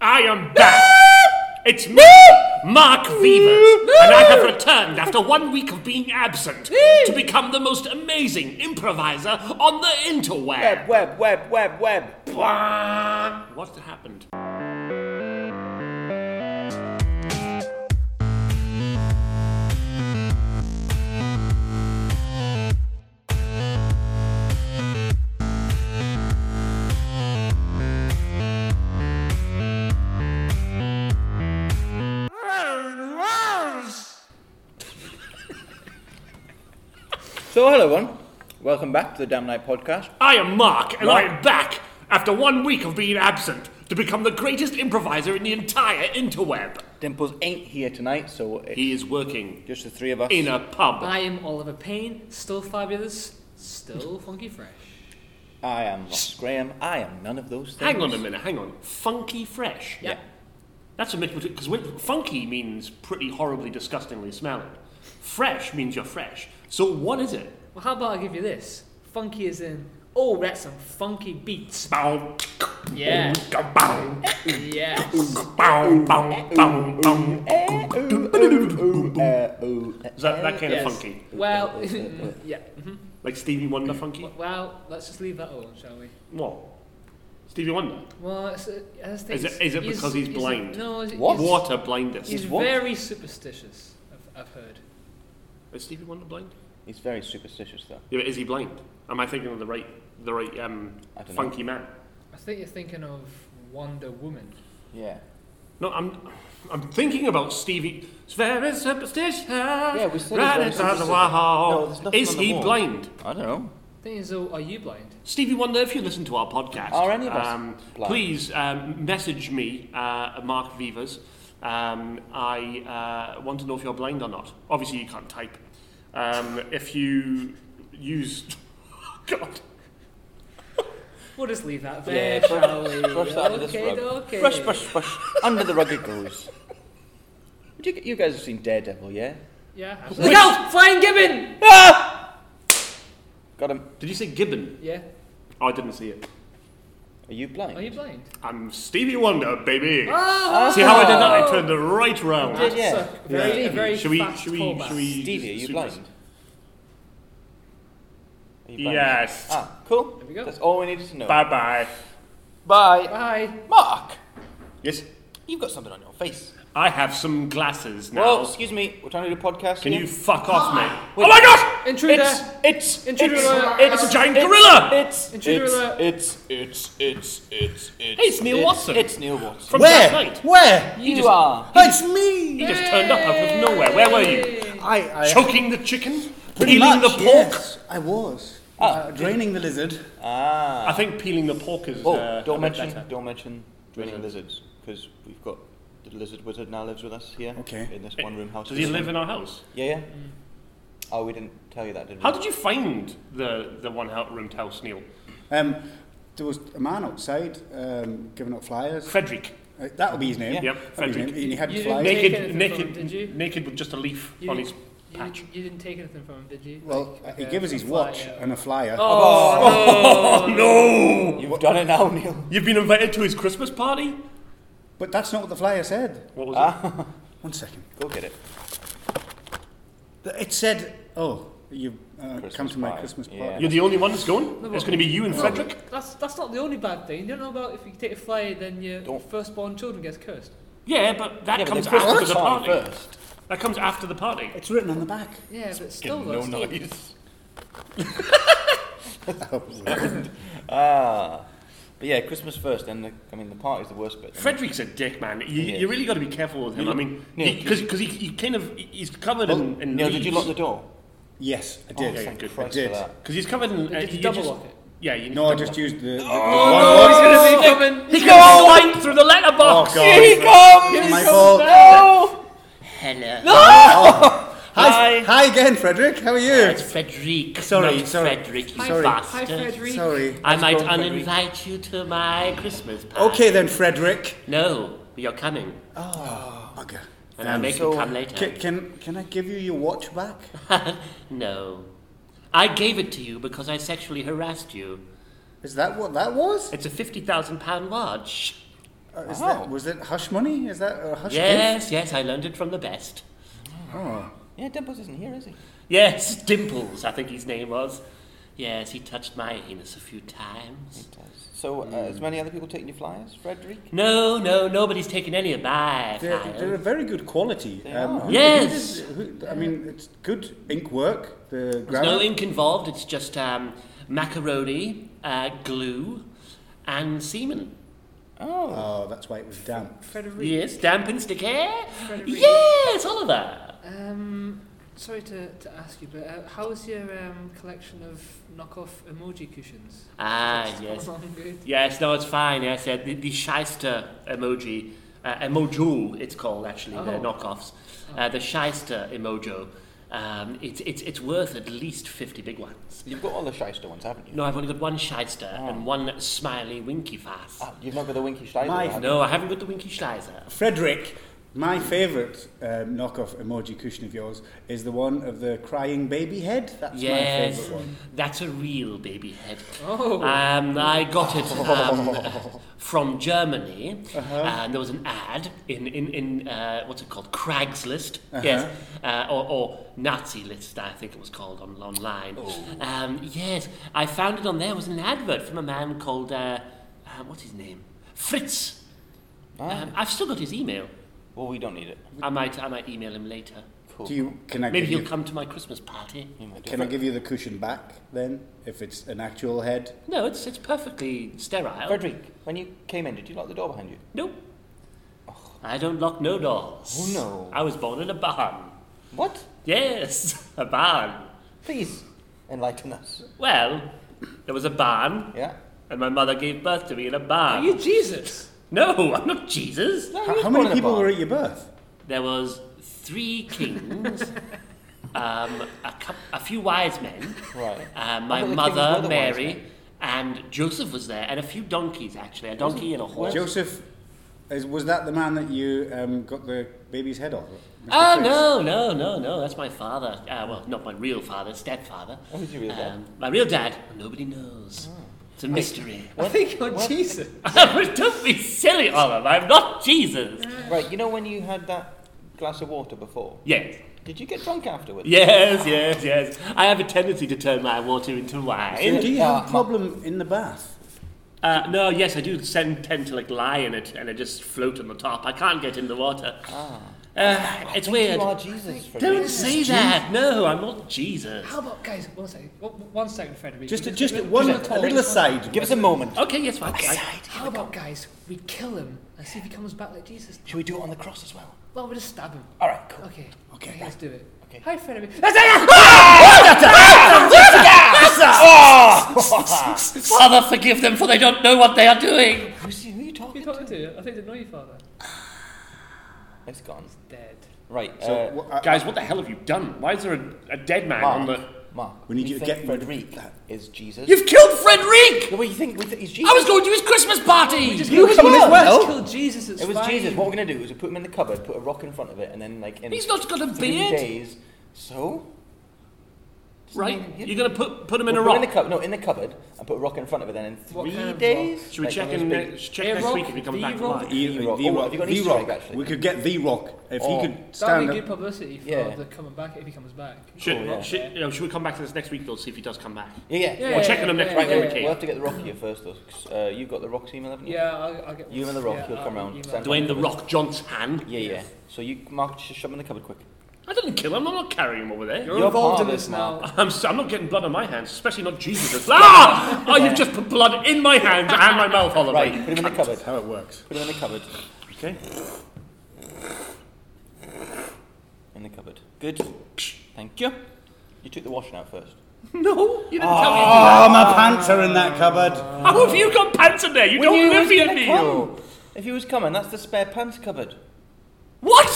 I am back. It's me, Mark Vivers, and I have returned after one week of being absent to become the most amazing improviser on the interweb. Web, web, web, web, web. What happened? So, hello, everyone. Welcome back to the Damn Night Podcast. I am Mark, and Mark. I am back after one week of being absent to become the greatest improviser in the entire interweb. Dimples ain't here tonight, so it's He is working just the three of us. in a pub. I am Oliver Payne, still fabulous, still funky fresh. I am Ross Graham. I am none of those things. Hang on a minute, hang on. Funky fresh. Yeah. That's a mix because funky means pretty horribly, disgustingly smelling. Fresh means you're fresh. So what is it? Well, how about I give you this? Funky is in. Oh, that's some funky beats. Bow. Yeah. Bow. Yeah. Bow. Bow. Bow. Bow. Ooh, uh, ooh, uh, Is that that kind Yes. of funky? Well, yeah. mhm. Like Stevie Wonder funky? Well, let's just leave that alone, shall we? What? Stevie Wonder. Well, it's, uh, I just think Is it- it's- is it because he's blind? no, is it- What? He's, Water blindness. he's He's what? very superstitious. I've, I've heard. Is Stevie Wonder blind? He's very superstitious, though. Yeah, but is he blind? Am I thinking of the right, the right um, I don't know. funky man? I think you're thinking of Wonder Woman. Yeah. No, I'm, I'm thinking about Stevie. It's very superstitious. Yeah, we said right he's very inside the superstitious. No, wall. there's nothing is on the he wall. blind? I don't know. Thing is, though, are you blind? Stevie Wonder, if you listen to our podcast, Are any of us um, blind? please um, message me, uh, Mark Vivas. Um, I uh, want to know if you're blind or not. Obviously, you can't type. Um, if you use, God, We'll just leave that there, Yeah, shall we? brush that under this okay, rug. okay. Brush, brush, brush. under the rug it goes. Would You, you guys have seen Daredevil, yeah? Yeah. Look out! Flying Gibbon! Ah! Got him. did you say Gibbon? Yeah. Oh, I didn't see it. Are you blind? Are you blind? I'm Stevie Wonder, baby. Ah! Oh! See how I did that? I turned it right round. Yeah, yeah. A very, Yeah. a very Should we? fast Should we? callback. Should we? Stevie, are you super- blind? Are you blind? Yes. Ah, cool. There we go. That's all we needed to know. Bye bye. Bye. Bye. Mark, Yes. you've got something on your face. I have some glasses now. Well, excuse me, we're trying to do a podcast. Can here. you fuck off, mate? Wait. Oh my god! Intruder. It's it's Intruder it's, alert. it's a giant gorilla. It's Intruder alert. it's it's it's it's it's Hey, it's Neil it's, Watson. It's Neil Watson. From Where? Dark Knight. Where? you just- are. It's me. He just turned up out of nowhere. Where were you? I, I Choking the chicken? pretty Peeling much, the pork? Yes, I was. uh, draining the lizard. Oh, Ah. I think peeling the pork is. Oh, uh, don't a bit mention better. don't mention draining lizards because we've got the lizard wizard now lives with us here. Okay. In this one room house. Does he live in our house? Yeah, yeah. Oh, we didn't tell you that, did we? How did you find the the one out roomed house, Neil? Um, there was a man outside um, giving out flyers. Frederick. Uh, that would be his name. Yeah. Yep, That'll be his Frederick. name. And he had You flyers. didn't- Naked, anything naked, from him, did you? naked with just a leaf You on his didn't- you, patch. didn't- you didn't take anything from him, did you? Well, Like, he uh, gave us his a watch flyer. and a flyer. Oh, no. No! You've done it now, Neil. You've been invited to his Christmas party? But that's not what the flyer said. What was Ah, One second. go get it. Th- It said, "Oh, you uh, come Christmas to my pie. Christmas Yeah. party." it? You're the only one that's going? No, it's but- going to be you and No, Frederick? That's that's not the only bad thing. You don't know about if you take a flyer, then your Don't. firstborn children gets cursed. Yeah, but that Yeah, but comes they put after it the on party. first. That comes after the party. It's written on the back. Yeah, but still, Getting no though, still, noise. Oh, Ah. But yeah, Christmas first, and the, I mean the party's the worst bit. Frederick's a dick, man. You, He you is. really got to be careful with him. You- I mean, Neil, because he, he kind of he's covered Well, in, in Neil, did you lock the door? yes, I Oh, did. thank good. Christ I did. for that. Because he's covered in. Did uh, you you double just- lock it? Yeah, you need No, I to double lock just used the. the- Oh, he's gonna be coming. it. He's going to slide through the letterbox. Oh, God. He comes! My fault. Hello. Hi. Hi again, Frederick. How are you? Frederick. Sorry, not sorry. Frederick, Hi, Sorry. hi, Frederick. Sorry. I might go, Frederick. uninvite you to my Christmas party. Okay then, Frederick. No, you're coming. Bugger. And I'll make so- you come later. Can, Um, can can I give you your watch back? no. I gave it to you because I sexually harassed you. Is that what that was? It's a £50,000 watch. Uh, is Wow. that, was it hush money? Is that a hush Yes, yes, I learned it from the best. gift? Oh. Yeah, Dimples isn't here, is he? Yes, Dimples, I think his name was. Yes, he touched my anus a few He times. does. So, uh, as many other people taking your flyers, Frederick? No, no, nobody's taken any of my They're, they're a flyers. very good quality. They um, are. who- who Yes. does- who- I mean, it's good ink work. The There's no grammar. ink involved, it's just um, macaroni, uh, glue, and semen. Oh. Oh, that's why it was damp. Frederick. Yes, damp and sticky. Frederick. Yes, Oliver. Um, sorry to, to ask you, but uh, how is your um, collection of knockoff emoji cushions? Ah, That's yes. all good. Yes, no, it's fine. Yes, uh, the, the shyster emoji, uh, emojo, it's called actually, the Oh. knockoffs. Uh, the shyster emojo, um, it's, it's, it's worth at least 50 big ones. You've got all the shyster ones, haven't you? No, I've only got one shyster Oh. and one smiley winky face. Ah, you've not got the Winky Schneider My- one. No, I haven't got the winky schleiser. Frederick, my favourite um, knockoff emoji cushion of yours is the one of the crying baby head. That's Yes. my favourite one. That's a real baby head. Oh, Um, I got it um, from Germany, Uh-huh. Uh, and there was an ad in in, in uh, what's it called, Craigslist, Uh-huh. yes, uh, or, or Nazi List, I think it was called on online. Oh. Um, yes, I found it on there. It was an advert from a man called uh, uh, what's his name, Fritz. Ah, Um, I've still got his email. well, we don't need it. I might I might email him later. Cool. Do you, can I Maybe give he'll you, come to my Christmas party. You might do Can I it. give you the cushion back then, if it's an actual head? No, it's it's perfectly sterile. Frederick, when you came in, did you lock the door behind you? Nope. Oh. I don't lock no doors. Oh, no. I was born in a barn. What? Yes, a barn. Please enlighten us. Well, there was a barn, Yeah. and my mother gave birth to me in a are barn. you Jesus? No, I'm not Jesus. No, How, you how were born in many a people barn. were at your birth? There was three kings, um, a, cou- a few wise men, Right. um, my thought the kings were mother, the wise Mary, men. and Joseph was there, and a few donkeys actually, a donkey and a horse. Joseph, is, was that the man that you um, got the baby's head off? Mr. Ah, Oh Fritz? no, no, no, no! That's my father. Uh, well, not my real father, stepfather. Oh, who's your real dad? Um, Oh. My real dad. Nobody knows. It's a mystery. I think you're what- Jesus. Don't be silly, Olive. I'm not Jesus. Right, you know when you had that glass of water before? Yes, Did you get drunk afterwards? yes, yes, yes. I have a tendency to turn my water into So wine. do you have Uh, a problem in the bath? Uh, no, yes, I do send, tend to like lie in it, and I just float on the top. I can't get in the water. Ah. Uh, it's You weird. are Jesus, Frederick. Don't say that. No, I'm not Jesus. How about guys? One second, one- one second, Frederick. Just, We a, just we- one we- a little aside. Give us a moment. Okay, yes, fine. I- How about guys? We kill him and see if he comes back like Jesus. Should we do it on the cross as well? Well, we just stab him. All right, cool. Okay. Okay, Let's do it. Okay. Hi, Frederick. Father, forgive them, for they don't know what they are doing. Who's who are you Who talking you talking to? to? I think they know your father. It's gone. Dead. Right. So, uh, wha- I- Guys, what the hell have you done? Why is there a, a dead man on Mark, the? Mark, We need we you to think get rid of Frederick that. is Jesus. You've killed Frederick. No, what you think? We think he's Jesus. I was going to his Christmas party. You Kill come Jesus. as well. Just kill Jesus. It's It was fine. Jesus. What we're gonna do is we put him in the cupboard, put a rock in front of it, and then like in He's not got a three beard, days. So. Doesn't mean right? he- You're gonna put put him in We'll a put him rock. In the cup- no, in the cupboard, and put a rock in front of it. Then in What three kind of days. Should we Like, check one of in those ne- big- check next rock, week if he comes the back to rock. life? E- The Rock. The Oh, Rock. have you got an The Easter Rock. egg, actually? We could get The Rock if Oh. he could That'd be stand up. good publicity for Yeah. the coming back if he comes back. Should, Oh, yeah. should, you know, should we come back to this next week though, see if he does come back? Yeah, yeah. Yeah, We're yeah, checking him yeah, next week, yeah, Right, then we we'll, yeah. we'll can. have to get the Rock here first, though. 'cause, uh, you've got the Rock's email, haven't you? Yeah, I'll, I'll get. You and The Rock, he'll I'll come round. email Send him. Dwayne the Rock Johnson. Yeah, yeah. So you, Mark, just shove him in the cupboard quick. I didn't kill him. I'm not carrying him over there. You're, You're involved in part of this it, Mark. now. I'm, s- I'm not getting blood on my hands, especially not Jesus. ah! Oh, you've just put blood in my hands and my mouth, Oliver. Right, put him in the cupboard. How it works. Put him in the cupboard. Okay. In the cupboard. Good. Thank you. You took the washing out first. No, you didn't tell me. Ah! Oh, my pants are in that cupboard. How have you got pants in there? You When don't you live was here, gonna Neil. come. If he was coming, that's the spare pants cupboard. What?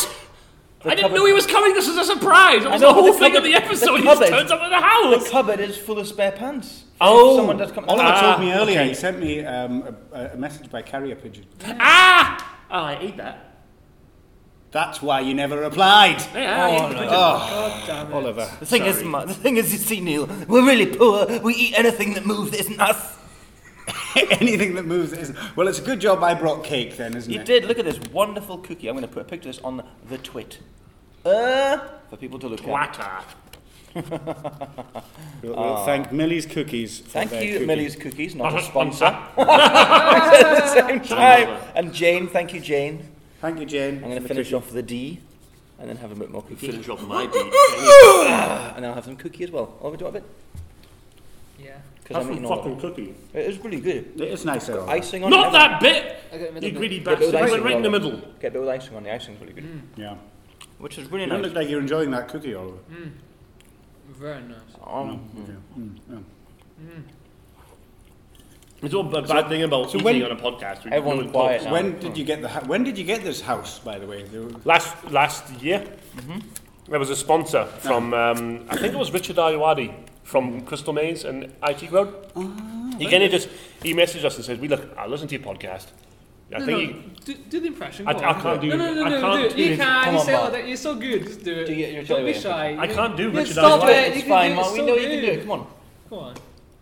I didn't cupboard- know he was coming. This is a surprise. It was know, the but whole the thing of cupboard- the episode. the he just cupboard- turns up at the The house. cupboard is full of spare pants. Oh. If someone does come. Oliver Ah, told me earlier, okay. he sent me um, a, a message by carrier pigeon. ah! Oh, I ate that. That's why you never replied. Oh, Yeah, I ate the pigeon. Oh, God damn it. Oliver. The thing is, Mark, the thing is, you see, Neil, we're really poor. We eat anything that moves that isn't us. Anything that moves that isn't. Well, it's a good job I brought cake then, isn't You it? did. Look at this wonderful cookie. I'm going to put a picture of this on the, the twit. Uh, for people to look at. Watter. We'll, we'll thank Millie's Cookies. For Thank their you, cookie. Millie's Cookies, not a Not a sponsor. at the same time. And Jane, thank you, Jane. Thank you, Jane. I'm going to finish off the D, and then have a bit more cookie, Finish off my beat. Ah, and then I'll have some cookie as well. Oh, do you want a bit? Yeah. Because That's I'm some eating all of fucking it. cookie. It is really good. It is nice though. Icing on Not it, that bit! I got a middle You bit. greedy Get a bit bastard. of It icing went right in on the it. middle. Get a bit of icing on the icing's really good. Yeah. Which is really You don't nice. look like you're enjoying that cookie, Oliver. Very nice. Oh, Okay. Mm, yeah. It's all a bad thing about so eating when- on a podcast. We- Everyone no one quiet talks. now. When did you get the? hou- When did you get this house, by the way? There were- Last last year, there was a sponsor from um, I think it was Richard Ayawadi from Crystal Maze and IT Crowd. he kind of just he messaged us and says, "We look, I listen to your podcast. I no, think no, you- do, do the impression. I- go I on. can't do No, no, it. no, I no, can't do it. do You it. Come can. You on, say all Mark. that. You're so good. Just do it. Do your- your Don't be Italian. shy. I can't do Yeah, Richard stop Ayawadi. it. You It's can do fine, it. Mark. It's We so know you can do good. it. Come on. Come on.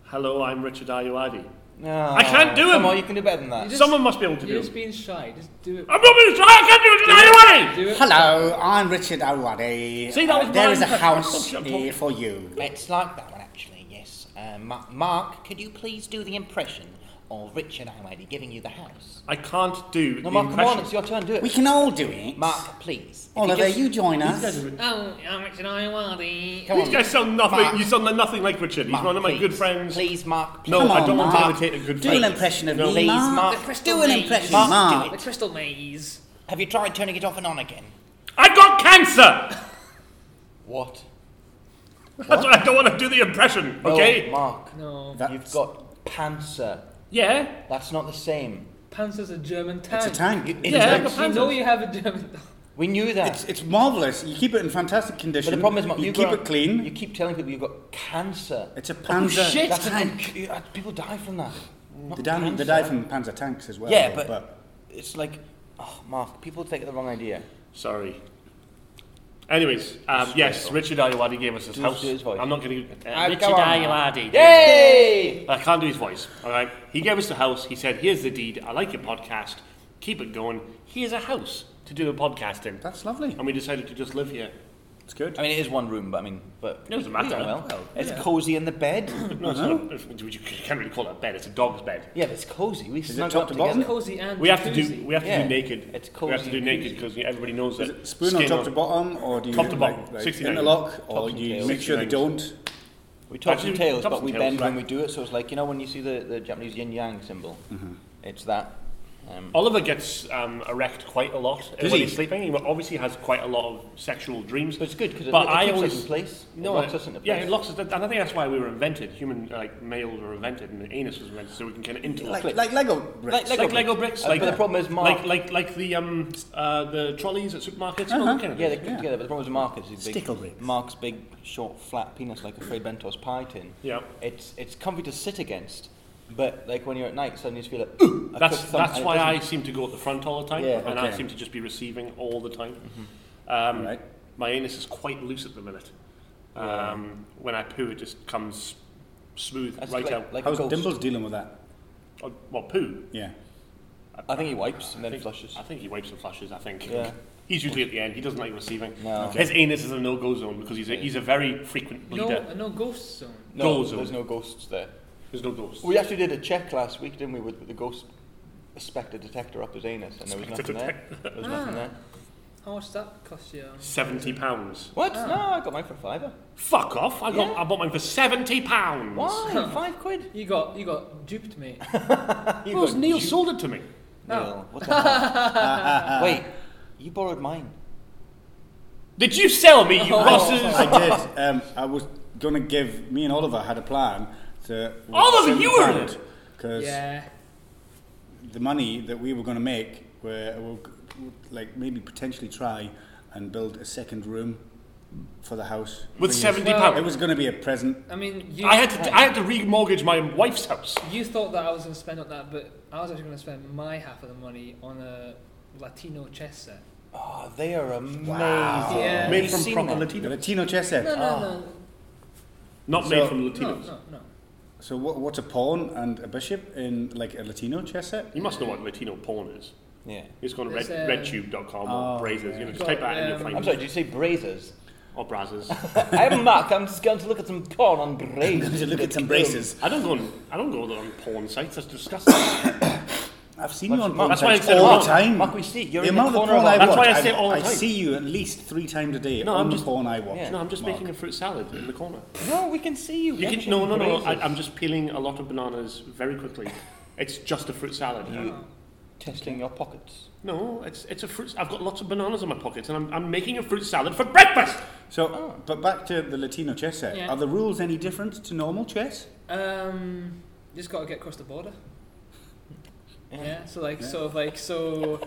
Hello, I'm Richard Ayawadi. No, I can't do Come him. on, you can do better than that. You just- Someone mmust be able to do. You're it. just being shy. Just do it. I'm not going to try. I can't do Richard Ayawadi. Do it. Hello, I'm Richard Awadi. See, that was there mine. is a house I'm talking- here for you. It's like that one, actually, yes. Uh, Ma- Mark, could you please do the impression of Richard Almighty giving you the house? I can't do No, the Mark, come on. impression. It's your turn. Do We it. can all do it. Mark, please. If Oliver, just- Oh, you join us. Oh, I'm Richard Iwadi. Come These guys sound nothing. Mark. You sound like nothing like Richard. He's Mark, one of my good please. friends. Please, Mark, please. No, Come I on, don't want Mark. to imitate a good Do friend. an impression of No. me, Please, Mark. Mark. The crystal Do an maze. impression, Mark, Mark. do The crystal maze. Have you tried turning it off and on again? I got cancer. What? That's why I don't want to do the impression. No, Okay. Mark. No. That's- You've got panzer. Yeah. That's not the same. Panzer's a German tank. It's a tank. It- Yeah, Yeah, I've got You know panzers. you have a German. We knew that. It's, it's marvellous. You keep it in fantastic condition. but the problem is, Mark, you you've keep got- it clean. You Oh, keep telling people you've got cancer. It's a Panzer shit. That's an, tank. you- uh, people die from that. Not They die, they cancer. die from Panzer tanks as well. Yeah, but, it's like, oh, Mark, people take the wrong idea. Sorry. Anyways, um, yes, Richard Ayawadi gave us his Do- house. do his voice. I'm not going to. Uh, Uh, go Richard on. Ayawadi. Yay! I can't do his voice. All right. He gave us the house. He said, "Here's the deed. I like your podcast. Keep it going. Here's a house to do a podcast in." that's lovely. And we decided to just live here. It's good. I mean, it is one room, but I mean, but It doesn't we've done matter. Well, it's cozy in the bed. No, it's not. it's- You can't really call that a bed. It's a dog's bed. yeah, but it's cozy. We it snuggled top up to together. bottom? Cozy and We have to do. jacuzzi. We have to Yeah. do naked. It's We have to do cozy. naked because everybody knows Is that. it spoon on skin top to bottom, or do you Top to bottom, like, like 69. interlock, or Tops and do you tails. make sure they 69. don't? We talk Actually, some tails, tops but and we tails, bend right. when we do it. So it's like you know when you see the, the Japanese yin yang symbol. It's that. Um, Oliver gets um, erect quite a lot uh, Does when he? he's sleeping. He obviously has quite a lot of sexual dreams. but it's good because it, But it I keeps always- us in place. No, it locks I- us into place. yeah, it locks us. And I think that's why we were invented. Human like males were invented, and the anus was invented, so we can kind of interlock. Like, Like, like Lego bricks. like Lego bricks. Uh, like but the problem is Mark. like like like the um uh, the trolleys at supermarkets. you know, that kind of Uh-huh. yeah, they thing. come together. But the problem with Mark is his big, Stickle bricks. Mark's big, short, flat penis, like a Fred Bentos pie tin. Yeah. It's it's comfy to sit against, but like when you're at night, suddenly you just feel like. "Ooh, I That's cooked something," that's and it why I doesn't- seem to go at the front all the time, Yeah, Mm-hmm. and I okay. seem to just be receiving all the time. Um, Right. My anus is quite loose at the minute. Um, When I poo, it just comes smooth That's right like, out. Like a How's ghost. Dimples dealing with that? Oh, well, poo. Yeah. I think he wipes and I then think- flushes. I think he wipes and flushes. I think. Yeah. He's usually at the end. He doesn't like receiving. No. Okay. His anus is a no-go zone because he's a, he's a very frequent No, bleeder. no ghost zone. No, Ghost there's zone. no ghosts there. There's no ghosts. We actually did a check last week, didn't we, with the ghost spectre detector up his anus, and there was Spectre nothing there. There was nothing there. How much does that cost you? Seventy pounds. What? No, I got mine for a fiver. Fuck off! I got Yeah. I bought mine for seventy pounds. Why? Five quid? You got you got duped, mate. You Well, got Neil ju- sold it to me. Oh. Neil, what the hell? Ah, Wait, you borrowed mine. Did you sell me, you Oh. Rosses? I did. Um, I was going to give. Me and Oliver had a plan to. Oliver, you were in it! Because Oh. yeah. the money that we were going to make, were, we'll, like maybe potentially try and build a second room for the house. With Bring it- seventy Well- It pounds. was going to be a present. I mean, you, I had to I had to remortgage my wife's house. you thought that I was going to spend on that, but I was actually going to spend my half of the money on a Latino chess set. Oh, they are amazing. Yeah. Have Made you from seen proper that? Latino. The Latino chess set. No, no, no, Not So- made from Ah. no, Latinos. no, no. So what, what's a pawn and a bishop in like a Latino chess set? You must know what Latino porn is. Yeah. It's gone red, There's, uh, redtube.com or Oh, Brazers. yeah. You know, just type that in Um, your I'm find sorry, did you say brazers? Or Brazzers. I'm Mark, I'm just going to look at some corn on brazers. Look at some braces. I don't go on, I don't go on porn sites. That's disgusting. I've seen you on porn That's why I sites said all wrong. the time. Mark, we see it. You're the in the amount of corner of porn our- I That's watch, why I say it all the I time. see you at least three times a day No, on I'm the just- porn I watch. Yeah. no, I'm just Mark. making a fruit salad in the corner. No, we can see you. You can, watching no, no, no. I, Brazers. I'm just peeling a lot of bananas very quickly. It's just a fruit salad. You testing your pockets. No, it's it's a fruit. I've got lots of bananas in my pockets, and I'm, I'm making a fruit salad for breakfast. So, Oh. but back to the Latino chess set. Yeah. Are the rules any different to normal chess? Um, you just got to get across the border. Yeah. Yeah. so like, sort of like, so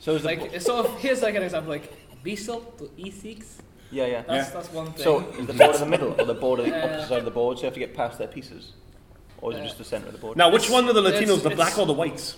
So it's like, it's sort of here's like an example, like bishop to e6. yeah, yeah. That's Yeah. that's one thing. So is the board in the middle or the board at the Yeah. opposite side of the board? So you have to get past their pieces, or is it Yeah. just the centre of the board? Now, which It's- one are the it's- Latinos, the it's- black or the whites?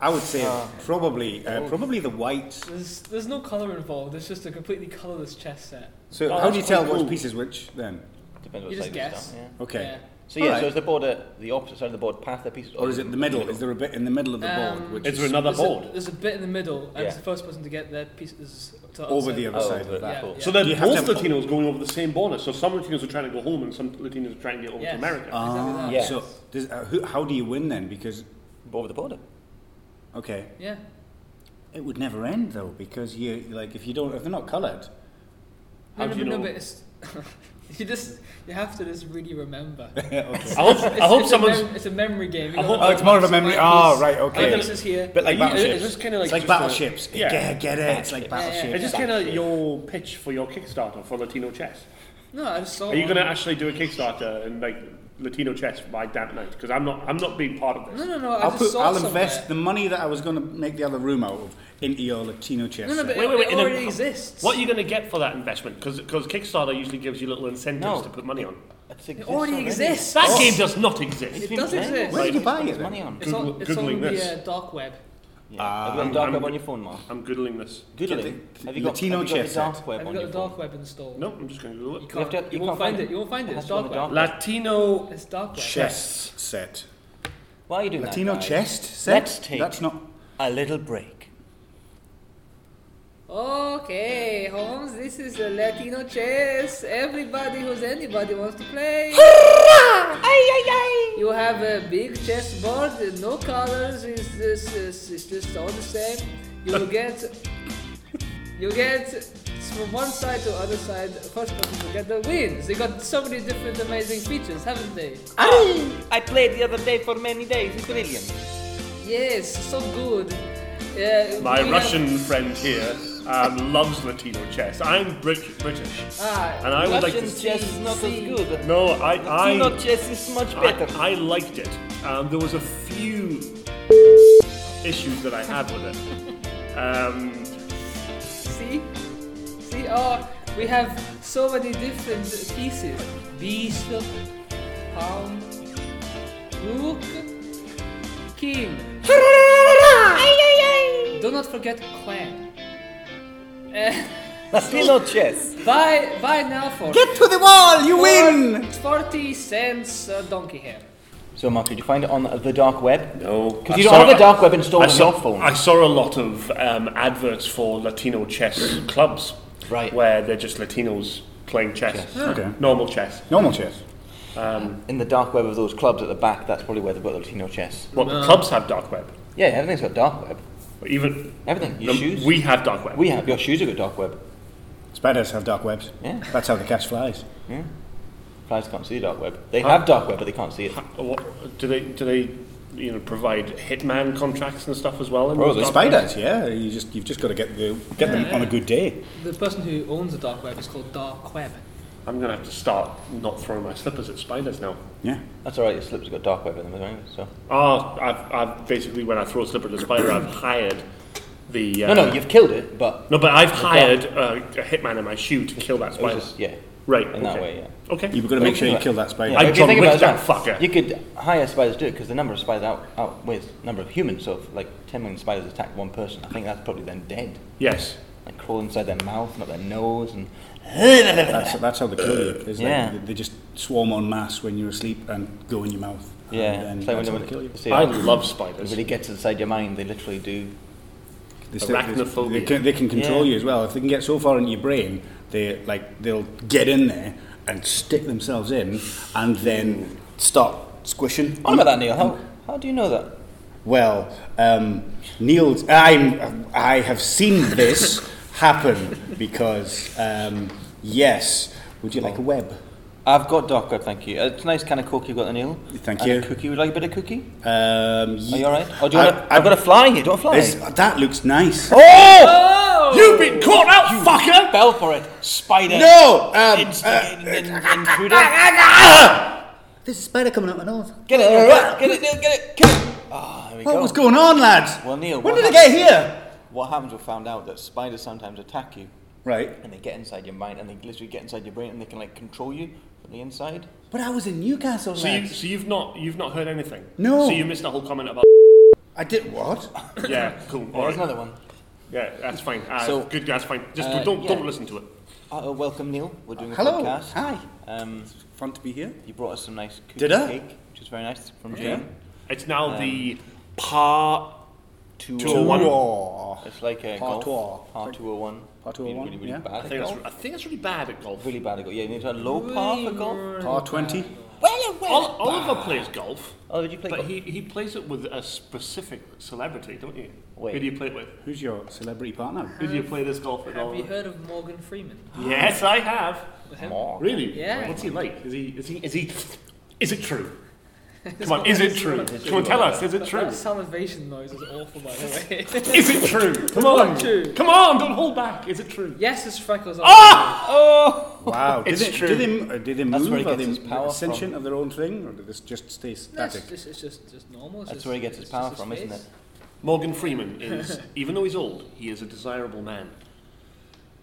I would say Uh, probably, uh, oh. probably the whites. there's there's no color involved. It's just a completely colorless chess set. So, Oh, how do you that's tell quite which cool. piece is which then? Depends what You side just it's guess. down, yeah. Okay. Yeah. So yeah, Alright. so is the board at the opposite side of the board past their pieces, Or is it the middle? Is there a bit in the middle of the board Um, which Is is there another there's board? A, there's a bit in the middle, and Yeah. it's the first person to get their pieces to over the outside. other Oh, side the- of that? Yeah, So yeah. they're Do you both have to- Latinos going over the same border. So some Latinos are trying to go home, and some Latinos are trying to get over Yes. to America. Ah, Exactly that. so does, uh, who, how do you win then? Because over the border? okay, Yeah. it would never end though because you like if you don't if they're not coloured. How no, do you no, know? No, but it's, you just you have to just really remember. okay. I hope, It's, I hope it's someone's. A mem- it's a memory game. You I go, hope- Oh, it's more of a my memory. piece- Ah, Oh, right, My okay. piece is here. But Are like you- battleships. it's just kinda like It's like just a- battleships. yeah. Get, get it. It's like Yeah, yeah, yeah. battleships. It's just kind of your pitch for your Kickstarter for Latino chess. No, I just saw. Are you one. going to actually do a Kickstarter and like Latino chess by damn night? Because I'm not. I'm not being part of No, this. no, no. I I'll, just put, saw I'll it invest somewhere. the money that I was going to make the other room out of into your Latino chess. No, no, set. but Wait, it, wait, wait, it and then- already exists. What are you going to get for that investment? Because Kickstarter usually gives you little incentives No. to put money on. It's It exists already exists. That game does not exist. It does exist. Where did you buy it There's then? money on. It's, on, Google- it's on Googling the this. uh, dark web. Yeah. Have you got Um, a dark I'm- web on your phone, Mark? I'm googling this. Googling. the Have you got, Latino have you got chess the dark set. web Have you on got your the dark phone? web installed? No, I'm just going to Google it. You, can't, to- you, you won't can't find find it. You won't find It it. has It's to be on dark the web. dark Latino. It's dark web. chess set. Why are you doing Latino that, guys? chess set. Let's take That's not. a little break. Okay, Holmes, this is a Latino chess. Everybody who's anybody wants to play. You have a big chessboard, no colors, it's just, it's it's just all the same. You will get, you get from one side to other side, first person to get the wins. They got so many different amazing features, haven't they? I played the other day for many days. It's brilliant. Yes, so good. Uh, My we have- Russian friend here um, loves Latino chess. I'm Brit- British. Ah, and I would like to. Russian chess is not as see. good. No, I. Latino I, chess is much better. I, I liked it. Um, there was a few issues that I had with it. Um, See? See? Oh, we have so many different pieces. Bishop, pawn, rook, king. Do not forget queen. Eh, Latino chess. buy, buy now for Get to the wall. You win. 40 cents uh, donkey hair. So, Mark, did you find it on the dark web? No, 'Cause I you don't saw- have the dark web installed I on saw, your phone. I saw a lot of um, adverts for Latino chess clubs, Right. Where they're just Latinos playing chess, Hmm. Okay. normal chess. Normal chess. In the dark web of those clubs at the back, that's probably where they've got the Latino chess. Well, the clubs have dark web. Yeah, everything's got dark web. Even Everything. Your the- shoes. Um, we have dark web. we have your shoes have got dark web. Spiders have dark webs. Yeah. That's how the cash flies. Clients can't see dark web. They have dark web, but they can't see it. What, do they? Do they? You know, provide hitman contracts and stuff as well. in Probably. those dark webs? Spiders. Yeah. You just you've just got to get the get them on a good day. The person who owns the dark web is called Dark Web. I'm gonna have to start not throwing my slippers at spiders now. Yeah. That's all right. Your slips have got dark web in them anyway. So. Oh, I've, I've basically when I throw a slipper at a spider, I've hired the. Uh, No, no, you've killed it, but No, but I've hired uh, a hitman in my shoe to kill that it was spider. just yeah. Right. In okay. that way, yeah. Okay. You've got to make sure you kill that spider. I but if you John think Wick about it as that well, fucker. You could hire spiders to do it because the number of spiders out outweighs the number of humans. So, if like ten million spiders attack one person, I think that's probably then dead. yes. They crawl inside their mouth and up their nose and That's, that's how they kill you. Is Yeah. like, they, they just swarm en masse when you're asleep and go in your mouth. yeah. And So when then that's they how they kill you. see I it love spiders. really gets inside your mind, they literally do. They, still- they- Arachnophobia. They can, they can control Yeah. you as well. If they can get so far into your brain, they like they'll get in there and stick themselves in, and then start squishing. I know Oh, that, Neil. How, how do you know that? Well, um, Neil's. I'm. I have seen this happen because um, yes. Would you like a web? I've got Docker, thank you. Uh, It's a nice kind of cookie you've got, there, Neil. Thank And a you. Cookie, would you like a bit of cookie? Um, Are ye- you alright? Or do you I- want to, I've I- got a fly here, do you want a fly? This- that looks nice. Oh! You've been caught out, fucker! Fell for it, spider. No! Um, Instigating in- intruder. There's a spider coming up my nose. Get it, Neil, get it, Neil, get it, get it. Ah, there we What go. was going on, lads? Well, Neil, when what did I get happened? here? What happens, we found out that spiders sometimes attack you Right. and they get inside your mind and they literally get inside your brain and they can like control you from the inside. But I was in Newcastle, So, you, lads. so you've not you've not heard anything. No. So you missed the whole comment about. I did what? Yeah, cool. Oh, All there's right. another one. Yeah, that's fine. Uh, So- good, that's fine. Just Uh, don't yeah. don't listen to it. Uh, uh, welcome, Neil. We're doing a Hello. podcast. Hi. Um, Fun to be here. you brought us some nice cookie Did I? cake, which is very nice from Yeah. Jane. It's now Um, the part Two Two. one. Raw. It's like a Par golf. two. Par two oh one. Par two oh Really, one, Really, really yeah. bad. I at think, that's, golf. I think that's really bad at golf. really bad at golf. Yeah, you need to have a low par for golf. Par 20. Well, well. Ol- Oliver plays golf, Oh, did you play but golf? he, he plays it with a specific celebrity, don't you? Wait. Who do you play it with? Who's your celebrity partner? Who do you play this golf with? Have you Oliver? heard of Morgan Freeman? Yes, I have. Him? Mark. Really? Yeah. What's he like? Is he is he is he is it true? Come on, is it true? Come on, tell us, is it true? That salivation noise is awful, by the way. Is it true? Come not on. true. Come on, don't hold back. Is it true? yes, his freckles are. Ah! Ah! Oh! Wow. It's did they, true. Do they, uh, do they That's move? where he Are gets his they power sentient from. of their own thing? Or do they just stay That's static? just, it's just, just normal. It's That's just, where he gets his it's power just from, isn't face. it? Morgan Freeman is, even though he's old, he is a desirable man.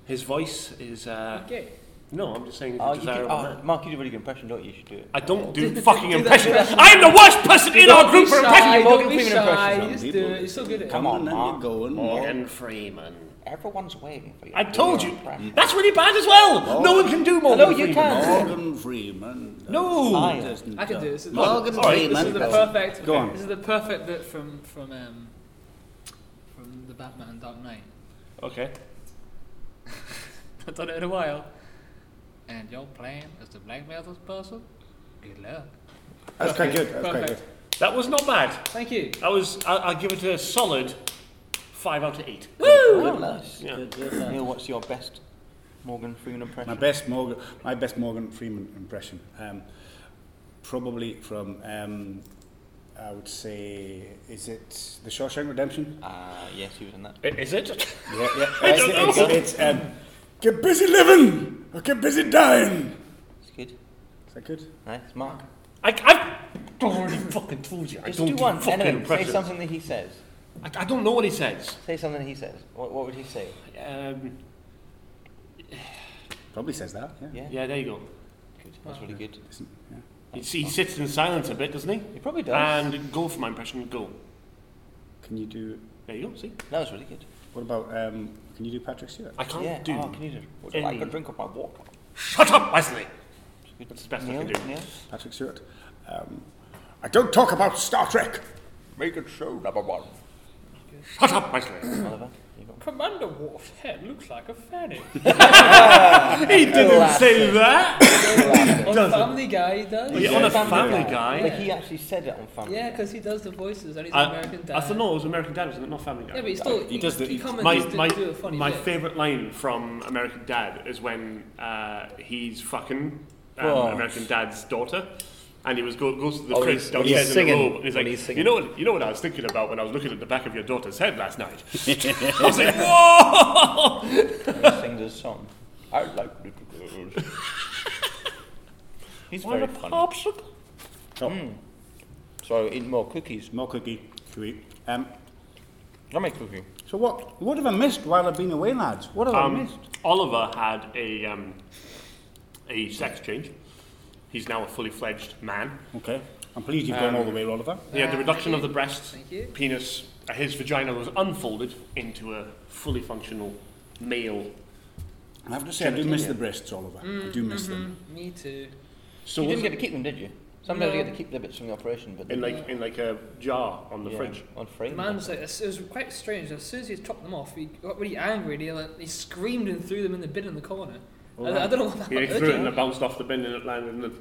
His voice is. Uh, Okay. No, I'm just saying he's Oh, a you can, desirable oh, man. Mark, you do a really good impression, don't you? You should do it. I don't do Do- fucking do that impressions. impression. I'm the worst person in our Don't group be for shy, impressions. Don't be Morgan Freeman shy. impressions Just on do people. it. You're so good at Come it. on, and then Mark. you go and Morgan Freeman. Everyone's waving for you. I Do told your you. impression. That's really bad as well. No one can do Morgan Hello, you Freeman. can. Morgan Freeman. Liar. No. doesn't I can do this. Morgan All right, This is Freeman. the perfect. Go on. This is the perfect bit from from um, from the Batman Dark Knight. Okay. I've done it in a while. And your plan is to blackmail this person. Good luck. That's quite good. That's quite good. Perfect. That was not bad. Thank you. That was. I, I'll give it a solid five out of eight. Oh, nice. Yeah. Neil, what's your best Morgan Freeman impression? My best Morgan, my best Morgan Freeman impression, um, probably from, um, I would say, is it The Shawshank Redemption? Ah, yes, he was in that. I- Is it? Yeah, yeah. I it's, don't it's, know. it's, um, get busy living or get busy dying. It's good. Is that good? Nice, Mark. I, I've already fucking told you. I Just don't do one. fucking Anyway, say impressions. something that he says. I, I don't know what he says. Say something that he says. What, what would he say? Um, Probably says that. Yeah. Yeah. yeah, there you go. Good. That's really good. Isn't- yeah. He, s- he sits in silence a bit, doesn't he? He probably does. And go for my impression. Go. Can you do? There you go. See, that was really good. What about? Um, can you do Patrick Stewart? I can't yeah. do. Oh, can you do? Would you like a Any- drink of my water? Shut up, Wesley. Good. That's the best I Neil, can do. Neil, Patrick Stewart. Um, I don't talk about Star Trek. make it show number one. Shut up, Wesley. Oliver, you got. Commander Worf's head looks like a fanny. he didn't say that. On Family Guy, he does. Yeah, on a Family Guy. Like he actually said it on Family. Yeah, Guy. because he does the voices and he's I, American Dad. I thought no, it was American Dad, wasn't it? Not Family Guy. Yeah, but he still He does the- He come and my just do- my, do a funny my bit. favorite line from American Dad is when uh, he's fucking um, Oh. American Dad's daughter. And he was go, goes to the Oh, fridge he's- when downstairs he's in the singing- robe, and he's when like, he's singing. you know what, you know what I was thinking about when I was looking at the back of your daughter's head last night. I was like, whoa! He sings a song. I like little girls. He's Want very a funny. popsicle? Oh, So eat more cookies. more cookie. Should we? Um, I make cookie. so what? What have I missed while I've been away, lads? What Oh, have I Um, missed? Oliver had a um, a sex change. He's now a fully fledged man. Okay. I'm pleased you've gone all the way, Oliver. He had the Ah, reduction of the thank you. breasts, Thank you. penis. uh, His vagina was unfolded into a fully functional male. I have to say, I Mm-hmm. do miss Genitalia. the breasts, Oliver. I do miss them. Me too. So you didn't was get to keep them, did you? Sometimes you No. get to keep the bits from the operation, but in like in like a jar on the yeah, fridge. on frame. Man was like, it was quite strange. As soon as he chopped them off, he got really angry and he, like, he screamed and threw them in the bin in the corner. I, I don't know what that Oh, Yeah, he was. threw it and it bounced off the bin and it landed in the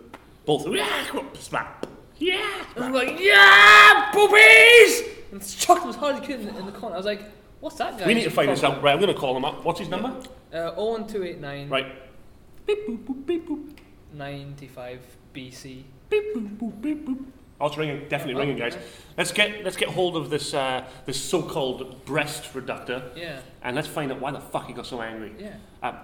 both. Yeah, whoop, smack. Yeah. I was like, yeah, boobies! And chucked them as hard as he could in, in the corner. I was like, what's that guy? We need to find this out. Right, I'm going to call him up. What's his number? Uh, 01289 Right. 95 BC. Oh, it's ringing. Definitely ringing, guys. Let's get let's get hold of this uh, this so-called breast reductor Yeah, and let's find out why the fuck he got so angry. yeah. Um,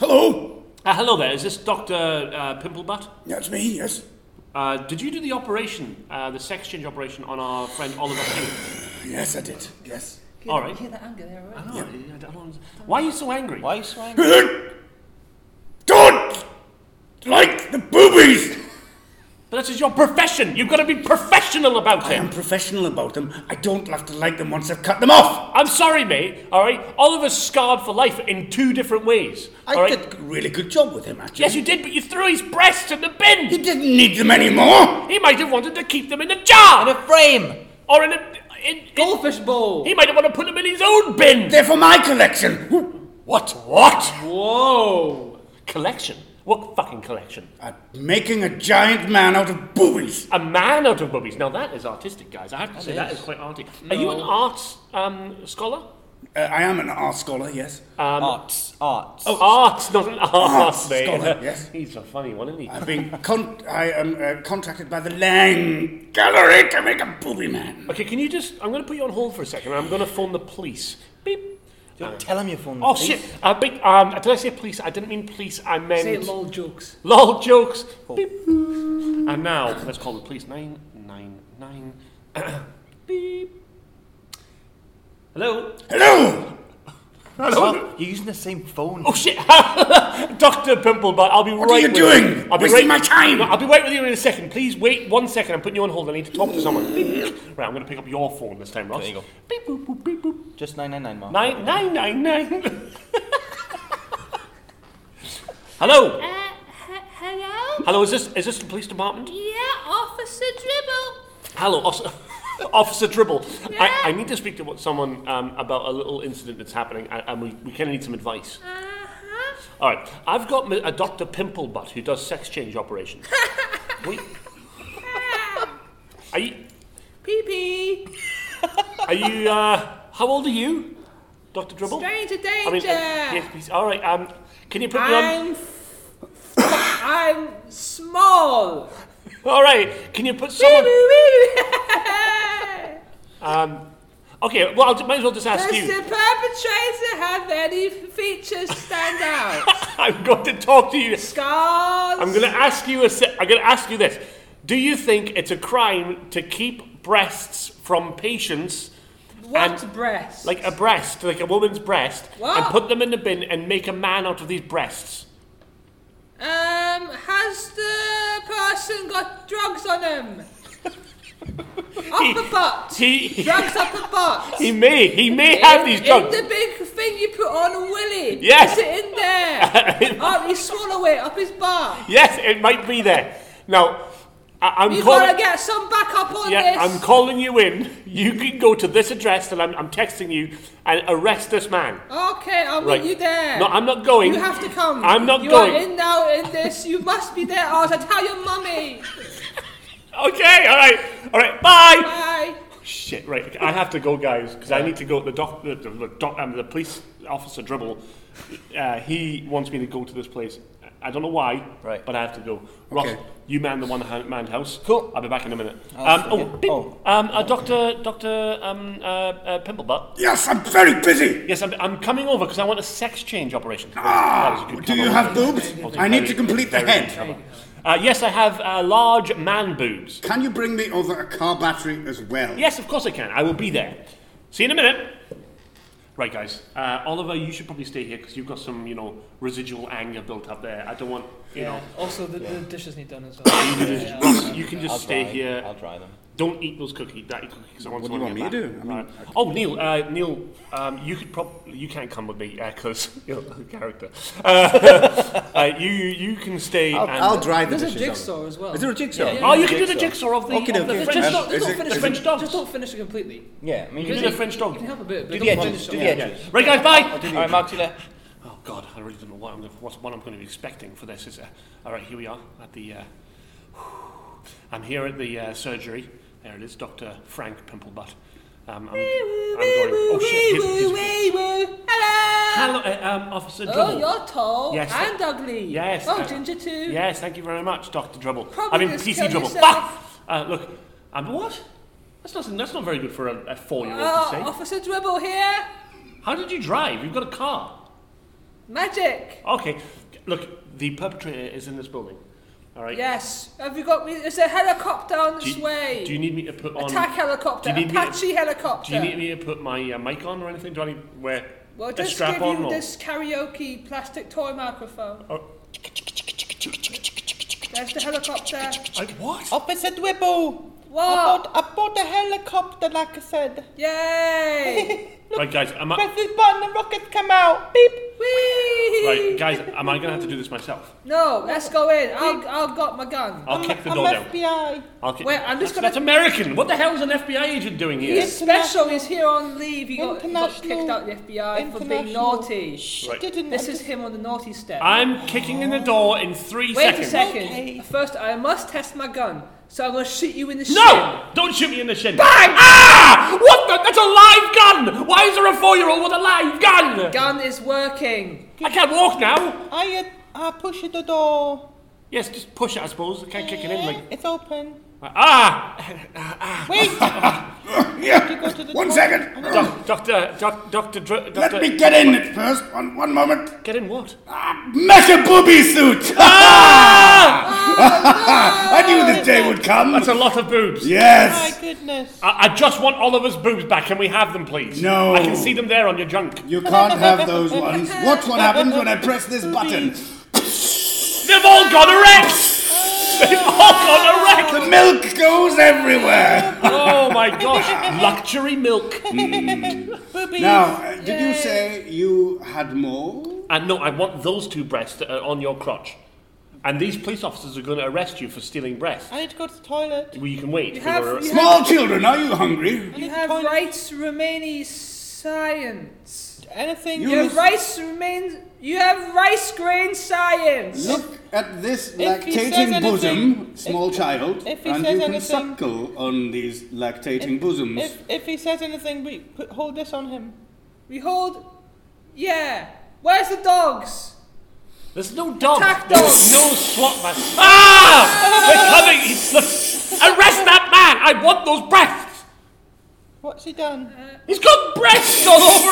Hello, uh, hello there. Is this Doctor uh, Pimplebutt? that's me. Yes. Uh, did you do the operation, uh, the sex change operation, on our friend Oliver King? Yes, I did. Yes. All right. Hear that anger there, I right? know, I don't know. Why are you so angry? Why are you so angry? Don't like the boobies. But this is your profession. You've got to be professional about I am it. professional about them. I don't have to like them once I've cut them off. I'm sorry, mate. All right. Oliver's scarred for life in two different ways. I all right. did a really good job with him, actually. Yes, you did, but you threw his breasts in the bin. He didn't need them anymore. He might have wanted to keep them in a jar, In a frame! or in a. In, in, Goldfish bowl! he might have wanted to put them in his own bin. They're for my collection. What? What? Whoa! Collection? What fucking collection? I'm making a giant man out of boobies. A man out of boobies. Now that is artistic, guys. I have to say that is. is quite arty. Are you an arts um, scholar? Uh, I am an art scholar, yes. arts, arts. Um, Oh, arts, not an arts, mate. scholar, yes. He's a funny one, isn't he? I've been con- I am uh, contracted by the Lang Gallery to make a booby man. Okay, can you just? I'm going to put you on hold for a second. I'm going to phone the police. Beep. Don't tell him your phone. Oh shit! Uh, beep. Um, did I say police? I didn't mean police. I meant Say lol jokes. lol jokes. Beep. And now let's call the police. Nine nine nine. Beep. Hello. Hello! Well, you're using the same phone. Oh shit! Doctor Pimplebutt, I'll be What right. are you with doing? I'll be Wasting right. my time. No, I'll be right with you in a second. Please wait one second. I'm putting you on hold. I need to talk to someone. Beep. Right, I'm going to pick up your phone this time, Ross. There you go. Beep boop boop beep boop. Just 999, Mark. Nine nine nine nine. Hello. Uh, he- hello? Hello. Is this is this the police department? Yeah, Officer Dribble. Hello, Officer, Officer Dribble. Yeah? I, I need to speak to what- someone um, about a little incident that's happening, and, and we, we kind of need some advice. Uh huh. All right, I've got mi- a Dr. Pimplebutt who does sex change operations. Wait, are you, Pee pee. are you, uh, how old are you, Dr. Dribble? Stranger I mean, uh, danger. yes, please. all right, um, can you put me on, I'm. f- I'm small! all right, can you put someone, um, okay, well, I'll, might as well just ask Does you. the perpetrator have any features stand out? I'm going to talk to you. Scars? I'm going to ask you a se- I'm going to ask you this. Do you think it's a crime to keep breasts from patients What and- breast? like a breast, like a woman's breast and What? put them in the bin and make a man out of these breasts? Um, has the person got drugs on him? upper butt! He drugs upper butt! he may he may have these in, drugs. In the big thing you put on a willy! Yes. Is it in there? up, he swallow it, up his butt! Yes, it might be there. Now I- I'm You calling gotta get some back up on yeah, this! I'm calling you in. You can go to this address and I'm, I'm texting you and arrest this man. Okay, I'll Right. meet you there. No, I'm not going. You have to come. I'm not you going. You are in now in this. You must be there. Or I'll tell your mummy. Okay, all right. All right. Bye. Bye. Shit, right. I have to go, guys, because I need to go. The doc, the, the, the, doc, um, the police officer dribble. Uh, he wants me to go to this place. I don't know why, Right. But I have to go. Ross, Okay. you man the one hand man house. Cool. I'll be back in a minute. Um, I'll see oh, you. beep. Oh. Um, uh, Doctor, Doctor, um, uh, uh, Pimplebutt. Yes, I'm very busy. Yes, I'm, I'm coming over because I want a sex change operation. Ah, That was a good do cover. you have boobs? Okay, I need very- to complete the very good head. cover. Uh, yes, I have uh, large man boobs. Can you bring me over a car battery as well? Yes, of course I can. I will be there. See you in a minute. Right, guys. Uh, Oliver, you should probably stay here because you've got some, you know, residual anger built up there. I don't want, you Also, the, the dishes need done as well. know, you can just I'll stay dry- here. I'll dry them. Don't eat those cookies. That cookie because I want What do someone you want get me to back. do? I mean, Alright. oh, Neil, uh, Neil, um, you could prob- you can't come with me because you're the character. Uh, uh, you you can stay. I'll, and I'll dry the There's a dishes. jigsaw as well. Is there a jigsaw? Yeah, yeah. Oh, you can do the jigsaw of the, Okay, of the okay. French, Um, dog- is it- the is French it- dogs. Just don't finish it completely. Yeah, I mean, You can do the French dog. You can help a bit, do but the don't edges. finish Do it. the edges. Right, guys, bye. All right, Mark, see you later. Oh God, I really don't know what I'm gonna, what, what I'm going to be expecting for this. Is uh, all right. Here we are at the. Uh, I'm here at the uh, surgery. There it is, Doctor Frank Pimplebutt. Um, I'm, I'm going. Oh shit! his- his- Hello, Hello. uh, um, Officer Oh, Dribble. you're tall Yes, and ugly. Yes, Oh, uh, ginger too. Yes, thank you very much, Doctor Dribble. I Probably mean, just PC kill Dribble. yourself. Fuck! Uh, look, um, what? That's not that's not very good for a, a four-year-old Oh, to say. Officer Dribble here. How did you drive? You've got a car. Magic. Okay, look, the perpetrator is in this building. All right. Yes. Have you got me? There's a helicopter on Do its you, way. do you need me to put on? Attack helicopter. do you need me to- Apache helicopter. Do you need me to put my uh, mic on or anything? Do I need to wear well, a just strap give on? you or? this karaoke plastic toy microphone. Oh. There's the helicopter. I, what? Oh, Officer Dwibble! I What? bought, I bought a helicopter, like I said. Yay! Look, Right, guys, am I? press this button, the rockets come out. Beep! Whee! Right, guys, am I gonna have to do this myself? No, let's go in. I'll, I'll got my gun. I'll I'm, kick the I'm door down. FBI. I'll kick. Wait, I'm just that's, that's American. What the hell is an FBI agent doing here? He's special. He's here on leave. He got, he got kicked International- out of the FBI for being International- naughty. Shh, Right. didn't This is him on the naughty step. I'm kicking in the door in three Wait seconds. a second. Okay. First, I must test my gun, so I'm gonna shoot you in the shin. No! Don't shoot me in the shin. Bang! Ah! What the? That's a live gun. Why is there a four-year-old with a live gun? Gun is working. I can't walk now. I, uh, I pushed the door. Yes, just push it. I suppose. I can't kick it in. Like It's open. ah. Wait! Yeah. go to the One toilet. second. Doc, doctor, doc, doctor, Dr- doctor. Let me get in it first. One, one moment. Get in what? Ah, mecha booby suit. I knew this day would come. Ah! That's a lot of boobs. My Yes. goodness. I, I just want Oliver's boobs back. Can we have them, please? No. I can see them there on your junk. You can't have those ones. Watch what happens when I press this button. They've all gone erect. They've all gone erect. The milk goes everywhere. Oh my gosh! Luxury milk. Boobies. Now, uh, did you say you had more? And no, I want those two breasts that are on your crotch. And these police officers are going to arrest you for stealing breasts. I need to go to the toilet. Well, you can wait. for have- your- you Small children, are you hungry? You have rights to remain science. Anything You You have Yes. rice remain. You have rice grain science. Look at this he says lactating anything- bosom, small child, if he and says you can anything- suckle on these lactating bosoms. If, if he says anything, we put, hold this on him. We hold. Yeah. Where's the dogs? There's no dog. Attack There's dogs. no SWAT man. Ah! They're coming. He's- look, arrest that man. I want those breasts. Uh, What's he done? He's got breasts all over.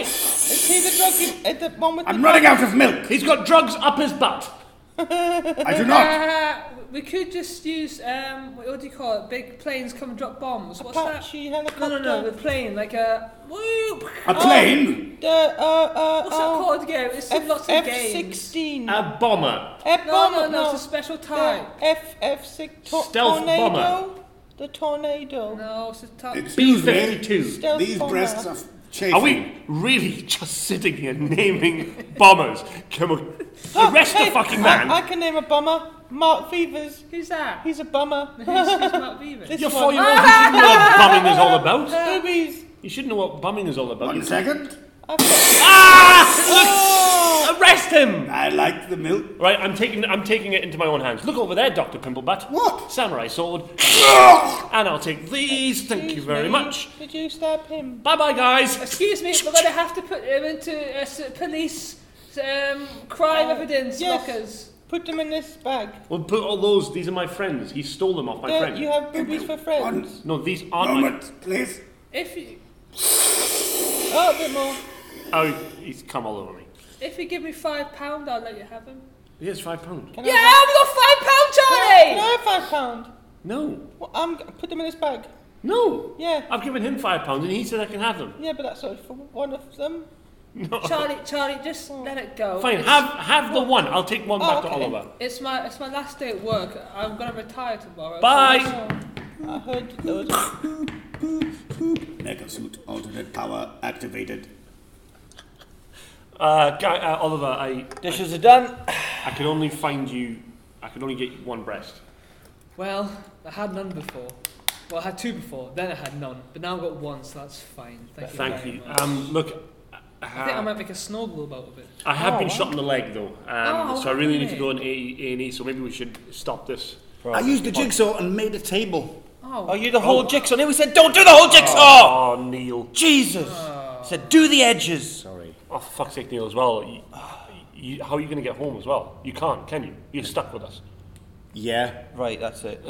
Ow! is he the drug? he- uh, the one with I'm the running out of milk. He's got drugs up his butt. I do not. Uh, we could just use um. What do you call it? Big planes come drop bombs. What's that? Apache No, helicopter. no, no. The plane, like a. Woo! Oh. A plane. The uh uh What's that oh, called again? It's in F, lots of F games. sixteen. A bomber. F No, no, bomber, no, It's a special type. The F F six to- Stealth tornado. bomber. The tornado. No, it's a type. Excuse me. B-52. Stealth These bomber. breasts are chafing. Are we really just sitting here naming bombers? Come on. Arrest the Oh, Hey, fucking I- man. I, can name a bummer. Mark Fevers. Who's that? He's a bummer. Who's, who's Mark Beaver? This You're one. four year old. You should know what bumming is all about. Boobies. You should know what bumming is all about. One second. I've got- Ah! Look! Arrest him! I like the milk. Right, I'm taking I'm taking it into my own hands. Look over there, Doctor Pimplebutt. What? Samurai sword. and I'll take these. Thank you Excuse very me. much. Did you stab him? Bye bye, guys. Excuse me, we're going to have to put him into uh, s- police um, crime Oh, Uh, evidence yes. lockers. Put them in this bag. We'll put all those. These are my friends. He stole them off my There, friend. you have boobies for One friends. No, these aren't my. moment, please. If you, Oh, a bit more. Oh, he's come all over me. if you give me five pound, I'll let you have him. He has five pounds. Yeah, I've got five pound, Charlie. Can I have five pound? No. Well, I'm g- put them in this bag. No. Yeah. I've given him five pounds and he said I can have them. Yeah, but that's only for one of them. Charlie, Charlie, just let it go. Oh. Fine, It's, have have the one. I'll take one Oh, back to okay. Oliver. it's my it's my last day at work. I'm going to retire tomorrow. Bye. So I heard there was a Mega suit alternate power activated. Uh, Guy, uh, Oliver, I, Dishes are done. I can only find you. I can only get you one breast. Well, I had none before. Well, I had two before, then I had none, but now I've got one, so that's fine. Thank you. Thank very you. Much. Um, look, uh, I think I might make a snow globe out of it. I have Oh, been wow. shot in the leg though, um, Oh, so I really need to go okay. on A E E, so maybe we should stop this. I used the jigsaw and made a table. Oh, Oh, you the whole jigsaw. No, we said don't do the whole jigsaw. Oh, Neil! Jesus. Said do the edges. Sorry. Oh, for fuck's sake, Neil! As well, you, you, how are you going to get home as well? You can't, can you? You're stuck with us. Yeah. Right, that's it.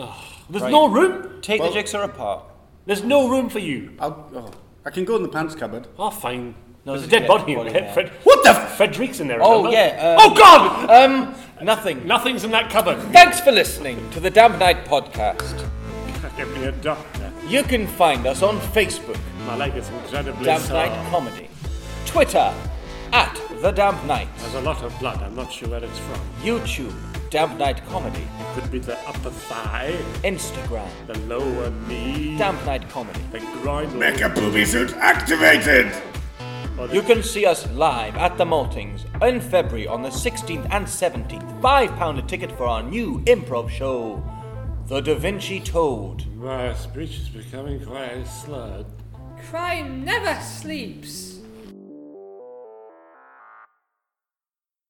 There's Right. no room. Take Well- the jigsaw apart. There's no room for you. I'll, oh, I can go in the pants cupboard. Oh, fine. No, there's a there's dead a body in body there. there. Fred, What the f- Frederick's in there. Oh remember? yeah. Uh, oh God! Um, nothing. Nothing's in that cupboard. Thanks for listening to the Damn Night podcast. Give me a doctor. You can find us on Facebook, My leg is incredibly Damn sore. Night Comedy, Twitter at the Damn Night, There's a lot of blood. I'm not sure where it's from. YouTube Damn Night Comedy, Could be the upper thigh, Instagram the lower knee, Damn Night Comedy. the groin. Mega booby suit activated! or the- You can see us live at the Maltings in February on the 16th and 17th. Five pound a ticket for our new improv show, The Da Vinci Toad. My speech is becoming quite slurred. Crime never sleeps.